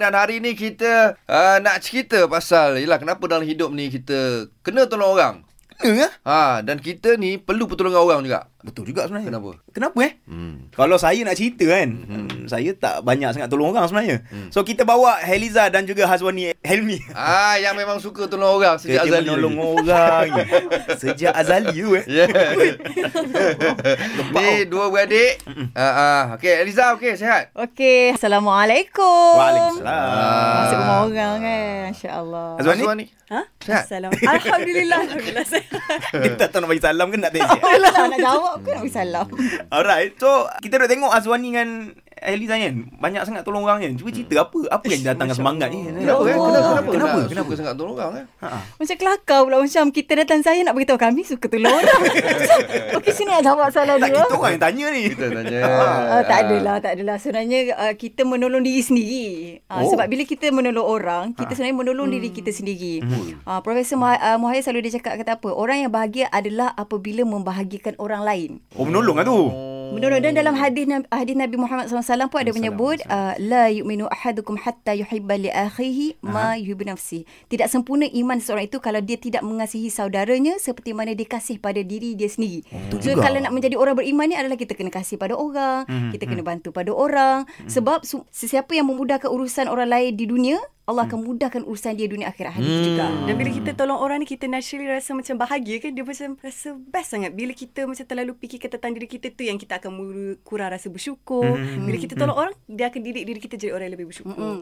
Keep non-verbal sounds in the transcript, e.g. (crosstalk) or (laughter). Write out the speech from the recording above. Dan hari ni kita uh, nak cerita pasal Yelah kenapa dalam hidup ni kita Kena tolong orang Kena ya? ha, Dan kita ni perlu pertolongan orang juga Betul juga sebenarnya. Kenapa? Kenapa eh? hmm. Kalau saya nak cerita kan, hmm. saya tak banyak sangat tolong orang sebenarnya. Hmm. So kita bawa Heliza dan juga Hazwani (laughs) Helmi. Ah, Yang memang suka tolong orang sejak Kerja azali menolong (laughs) orang. Sejak Azali tu eh. (laughs) Ya yeah. Ni dua beradik ah, ah. Okay Eliza okay sihat Okey, Assalamualaikum. Oh. Waalaikumsalam. Masuk rumah orang kan. Masya-Allah. Azwan ni? Azwani? Ha? Sihat? (laughs) Assalamualaikum. Alhamdulillah. Alhamdulillah sehat. Dia tak tahu nak bagi salam ke nak tanya. (laughs) Alah, nak jawab ke nak bagi salam? Alright. So kita dah tengok Azwani dengan Heliza ni kan. Banyak sangat tolong orang kan. Cuba cerita apa? Apa yang datangkan semangat ni? Kenapa eh? Allah. Kenapa? Kenapa? Kenapa? Nak Kenapa? Suka sangat tolong orang eh? Ha. Macam kelakar pula macam kita datang saya nak beritahu kami suka (laughs) tolong orang. Macam, Okey, sini nak jawab soalan Tak dia. kita orang yang tanya ni. Kita tanya. Uh, tak adalah, tak adalah. Sebenarnya uh, kita menolong diri sendiri. Uh, Oh. Ah. oh. Sebab bila kita menolong orang, kita sebenarnya menolong hmm. diri kita sendiri. Hmm. Uh, Profesor Muha- uh, Muhammad selalu dia cakap kata apa? Orang yang bahagia adalah apabila membahagikan orang lain. Oh menolong lah tu. Ah. Menolong dan dalam hadis Nabi, hadis Nabi Muhammad SAW pun ada menyebut uh, la yu'minu ahadukum hatta yuhibba li akhihi ma yuhibbu nafsi. Tidak sempurna iman seorang itu kalau dia tidak mengasihi saudaranya seperti mana dia kasih pada diri dia sendiri. so juga. kalau nak menjadi orang beriman ni adalah kita kena kasih pada orang, kita kena bantu pada orang sebab su- sesiapa yang memudahkan urusan orang lain di dunia, Allah akan mudahkan urusan dia dunia akhirat hari itu juga. Dan bila kita tolong orang ni kita naturally rasa macam bahagia kan dia macam rasa best sangat bila kita macam terlalu fikir catatan diri kita tu yang kita akan mula kurang rasa bersyukur. Bila kita tolong orang dia akan didik diri kita jadi orang yang lebih bersyukur.